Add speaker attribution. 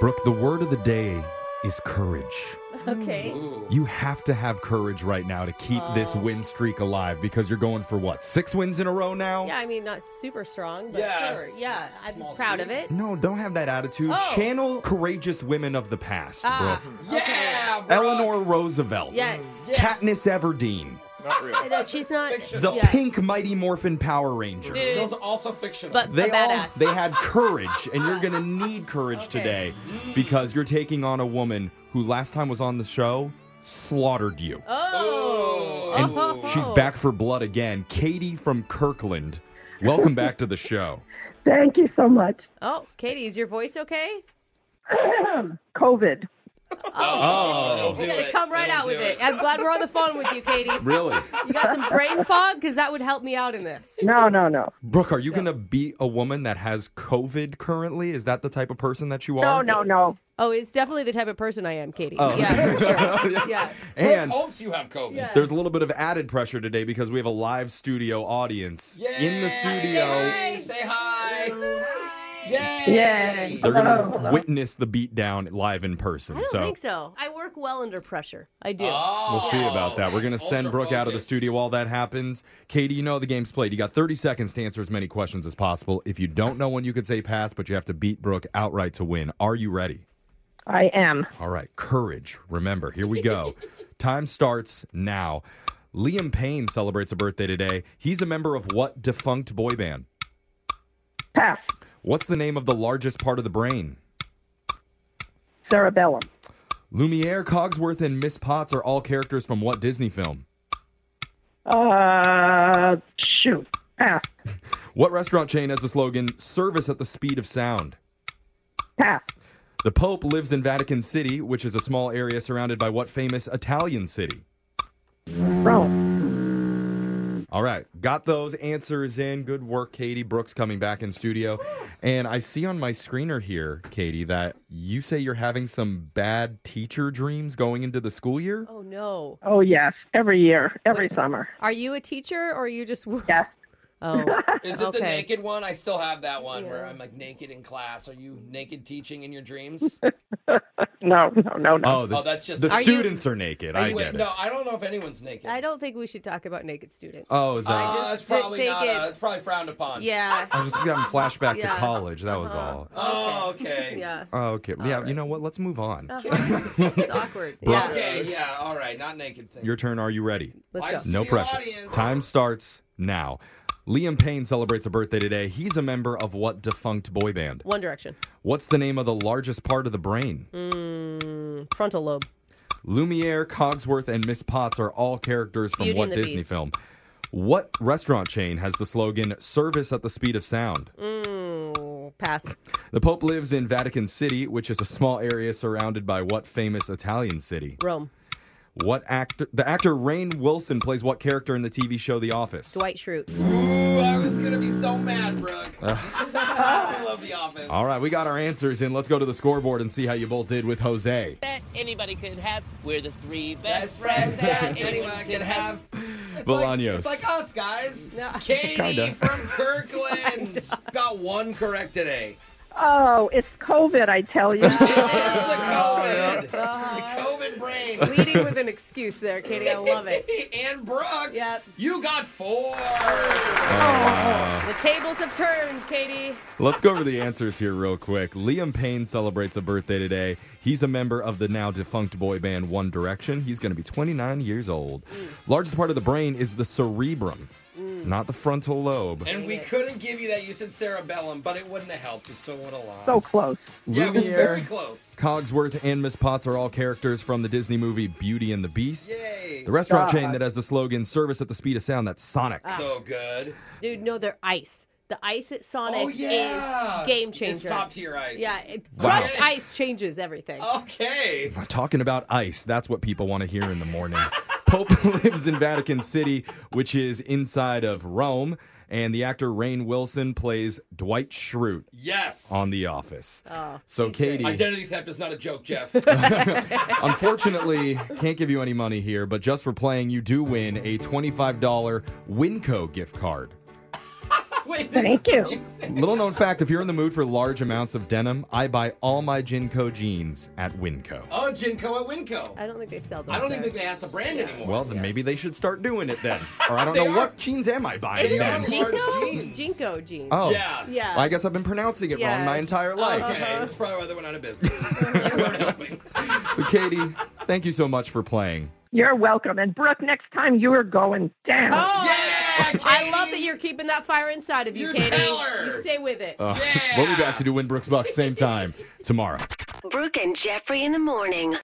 Speaker 1: Brooke, the word of the day is courage.
Speaker 2: Okay.
Speaker 1: You have to have courage right now to keep
Speaker 2: Oh.
Speaker 1: this win streak alive because you're going for what? Six wins in a row now?
Speaker 2: Yeah, I mean, not super strong, but
Speaker 3: Yeah,
Speaker 2: sure.
Speaker 3: it's
Speaker 2: Yeah, I'm
Speaker 3: small
Speaker 2: proud
Speaker 3: city.
Speaker 2: of it.
Speaker 1: No, don't have that attitude.
Speaker 2: Oh.
Speaker 1: Channel courageous women of the past,
Speaker 2: Ah,
Speaker 1: Brooke.
Speaker 3: Yeah, Brooke.
Speaker 1: Eleanor Roosevelt.
Speaker 2: Yes.
Speaker 3: Yes.
Speaker 1: Katniss Everdeen.
Speaker 3: Not real.
Speaker 2: I know, uh, she's not.
Speaker 3: Fiction.
Speaker 1: The
Speaker 2: yeah.
Speaker 1: pink Mighty Morphin Power Ranger.
Speaker 2: Dude.
Speaker 3: Those are also fictional.
Speaker 2: But-
Speaker 1: They
Speaker 2: A
Speaker 1: all
Speaker 2: badass.
Speaker 1: they had courage, and you're gonna need courage
Speaker 2: Okay.
Speaker 1: today because you're taking on a woman who last time was on the show slaughtered you.
Speaker 2: Oh.
Speaker 1: And
Speaker 2: Oh.
Speaker 1: she's back for blood again. Katie from Kirkland. Welcome back to the show.
Speaker 4: Thank you so much.
Speaker 2: Oh, Katie, is your voice okay?
Speaker 4: COVID.
Speaker 3: oh,
Speaker 2: We're gonna come right out with it. I'm glad we're on the phone with you, Katie.
Speaker 1: Really?
Speaker 2: You got some brain fog because that would help me out in this.
Speaker 4: No, no, no.
Speaker 1: Brooke, are you gonna beat a woman that has COVID currently? Is that the type of person that you
Speaker 4: No,
Speaker 1: are?
Speaker 4: no, no.
Speaker 2: Oh, it's definitely the type of person I am, Katie.
Speaker 1: Oh.
Speaker 2: Yeah, for sure. Yeah.
Speaker 3: Brooke
Speaker 1: And
Speaker 3: hopes you have COVID.
Speaker 2: Yeah.
Speaker 1: there's a little bit of added pressure today because we have a live studio audience
Speaker 3: Yay!
Speaker 1: in the studio.
Speaker 3: Say hi. Say hi. Yay.
Speaker 4: Yay.
Speaker 1: They're gonna
Speaker 4: Hello.
Speaker 1: witness the beatdown live in person.
Speaker 2: I don't
Speaker 1: so
Speaker 2: think so. I work well under pressure. I do.
Speaker 3: Oh.
Speaker 1: we'll see about that. We're gonna
Speaker 3: Ultra
Speaker 1: send Brooke out of the
Speaker 3: focused.
Speaker 1: studio while that happens. Katie, you know the game's played. You got 30 seconds to answer as many questions as possible. If you don't know one, you could say pass, but you have to beat Brooke outright to win. Are you ready?
Speaker 4: I am.
Speaker 1: All right, courage. Remember, here we go. Time starts now. Liam Payne celebrates a birthday today. He's a member of what defunct boy band?
Speaker 4: Pass.
Speaker 1: What's the name of the largest part of the brain?
Speaker 4: Cerebellum.
Speaker 1: Lumiere, Cogsworth, and Miss Potts are all characters from what Disney film?
Speaker 4: Uh, shoot. Pass.
Speaker 1: What restaurant chain has the slogan "Service at the speed of sound"?
Speaker 4: Pass.
Speaker 1: The Pope lives in Vatican City, which is a small area surrounded by what famous Italian city?
Speaker 4: Rome.
Speaker 1: All right, got those answers in. Good work, Katie. Brooks coming back in studio. And I see on my screener here, Katie, that you say you're having some bad teacher dreams going into the school year.
Speaker 2: Oh no.
Speaker 4: Oh, yes. Every year, every summer.
Speaker 2: Are you a teacher or are you just?
Speaker 4: Yes.
Speaker 2: Oh.
Speaker 3: Is it the
Speaker 2: Okay.
Speaker 3: naked one? I still have that one where
Speaker 2: Yeah.
Speaker 3: I'm like naked in class. Are you naked teaching in your dreams?
Speaker 4: No, no, no, no.
Speaker 1: the,
Speaker 3: Oh, that's just-
Speaker 1: the
Speaker 3: Are
Speaker 2: you-
Speaker 1: students are naked. I
Speaker 3: Wait,
Speaker 1: get it.
Speaker 3: no, I don't know if anyone's naked.
Speaker 2: I don't think we should talk about naked students.
Speaker 1: Oh, is that?
Speaker 2: I
Speaker 3: Uh, it's
Speaker 2: just
Speaker 3: probably
Speaker 2: think
Speaker 3: not. Uh,
Speaker 2: it's-
Speaker 3: it's probably frowned upon.
Speaker 2: yeah.
Speaker 1: I was just having flashback
Speaker 2: Yeah.
Speaker 1: to college. That was all.
Speaker 3: Oh, okay.
Speaker 2: Yeah.
Speaker 1: Oh, okay. Yeah, you know what? Let's move on.
Speaker 2: Uh. it's awkward. Yeah.
Speaker 3: Okay, yeah, all right, not naked thing.
Speaker 1: Your turn. Are you ready?
Speaker 2: Let's
Speaker 3: Life's-
Speaker 2: go.
Speaker 1: No
Speaker 3: the
Speaker 1: pressure.
Speaker 3: audience.
Speaker 1: Time starts now. Liam Payne celebrates a birthday today. He's a member of what defunct boy band?
Speaker 2: One Direction.
Speaker 1: What's the name of the largest part of the brain?
Speaker 2: Mm, frontal lobe.
Speaker 1: Lumiere, Cogsworth, and Miss Potts are all characters from
Speaker 2: Beauty
Speaker 1: what
Speaker 2: and the
Speaker 1: Disney
Speaker 2: Beast.
Speaker 1: film? What restaurant chain has the slogan "Service at the speed of sound"?
Speaker 2: Mm, pass.
Speaker 1: The Pope lives in Vatican City, which is a small area surrounded by what famous Italian city?
Speaker 2: Rome.
Speaker 1: What actor? The actor Rain Wilson plays what character in the TV show The Office?
Speaker 2: Dwight Schrute.
Speaker 3: Ooh, I was gonna be so mad, Brooke. I love The Office.
Speaker 1: All right, we got our answers in. Let's go to the scoreboard and see how you both did with Jose.
Speaker 5: that anybody could have. We're the three
Speaker 3: Best friends that anyone can have. It's
Speaker 1: Bolaños.
Speaker 3: Like, it's like us, guys.
Speaker 2: Yeah.
Speaker 3: Katie
Speaker 1: Kinda.
Speaker 3: from Kirkland got one correct today.
Speaker 4: Oh, it's COVID, I tell you.
Speaker 3: It
Speaker 2: Oh,
Speaker 3: is the COVID. The COVID brain.
Speaker 2: Leading with an excuse there, Katie. Oh, I love it.
Speaker 3: and Brooke,
Speaker 2: Yep.
Speaker 3: you got four.
Speaker 2: The tables have turned, Katie.
Speaker 1: Let's go over the answers here real quick. Liam Payne celebrates a birthday today. He's a member of the now defunct boy band One Direction. He's going to be 29 years old. Largest part of the brain is the cerebrum, not the frontal lobe.
Speaker 3: And we
Speaker 2: it.
Speaker 3: couldn't give you that. You said cerebellum, but it wouldn't have helped. You still would have lost.
Speaker 4: so close.
Speaker 3: yeah, it was very close.
Speaker 1: Cogsworth, and Miss Potts are all characters from the Disney movie Beauty and the Beast.
Speaker 3: Yay.
Speaker 1: The restaurant
Speaker 4: God.
Speaker 1: chain that has the slogan "Service at the speed of sound" that's Sonic.
Speaker 3: So good.
Speaker 2: Dude, no, they're ice. The ice at Sonic
Speaker 3: Oh, yeah.
Speaker 2: is game changer.
Speaker 3: It's top tier ice. Oh.
Speaker 2: Yeah, it,
Speaker 1: Wow.
Speaker 2: crushed ice changes everything.
Speaker 3: Okay.
Speaker 1: Talking about ice, that's what people want to hear in the morning. Pope lives in Vatican City, which is inside of Rome, and the actor Rain Wilson plays Dwight Schrute
Speaker 3: Yes.
Speaker 1: on The Office.
Speaker 2: Oh,
Speaker 1: so,
Speaker 2: he's good.
Speaker 1: Katie,
Speaker 3: Identity theft is not a joke, Jeff.
Speaker 1: unfortunately, can't give you any money here, but just for playing, you do win a $25 Winco gift card.
Speaker 3: Wait, this
Speaker 4: Thank
Speaker 3: is the
Speaker 4: you.
Speaker 3: music.
Speaker 1: Little known fact if you're in the mood for large amounts of denim, I buy all my Jinko jeans at Winco.
Speaker 3: Oh, Jinko at Winco.
Speaker 2: I don't think they sell those.
Speaker 3: I don't
Speaker 2: there.
Speaker 3: even think they have the brand anymore.
Speaker 1: Well, then maybe they should start doing it then. Or I don't know
Speaker 3: They are-
Speaker 1: what jeans am I buying
Speaker 3: They are
Speaker 1: then.
Speaker 3: large
Speaker 2: Jinko?
Speaker 3: jeans.
Speaker 2: Jinko jeans.
Speaker 1: Oh.
Speaker 3: yeah. Oh,
Speaker 2: Yeah. Uh-huh.
Speaker 1: Well, I guess I've been pronouncing it wrong
Speaker 2: Yeah.
Speaker 1: my entire
Speaker 3: Okay,
Speaker 1: life.
Speaker 3: that's probably why they went out of business. you weren't helping.
Speaker 1: So, Katie, thank you so much for playing.
Speaker 4: You're welcome. And Brooke, next time you are going down.
Speaker 2: Oh,
Speaker 3: Yeah,
Speaker 2: I
Speaker 3: Katie.
Speaker 2: love that you're keeping that fire inside of you,
Speaker 3: You
Speaker 2: Katie.
Speaker 3: tell her.
Speaker 2: You stay with it.
Speaker 1: Uh,
Speaker 3: Yeah.
Speaker 1: We'll be back to do Winbrooks Bucks same time tomorrow.
Speaker 6: Brooke and Jeffrey in the morning.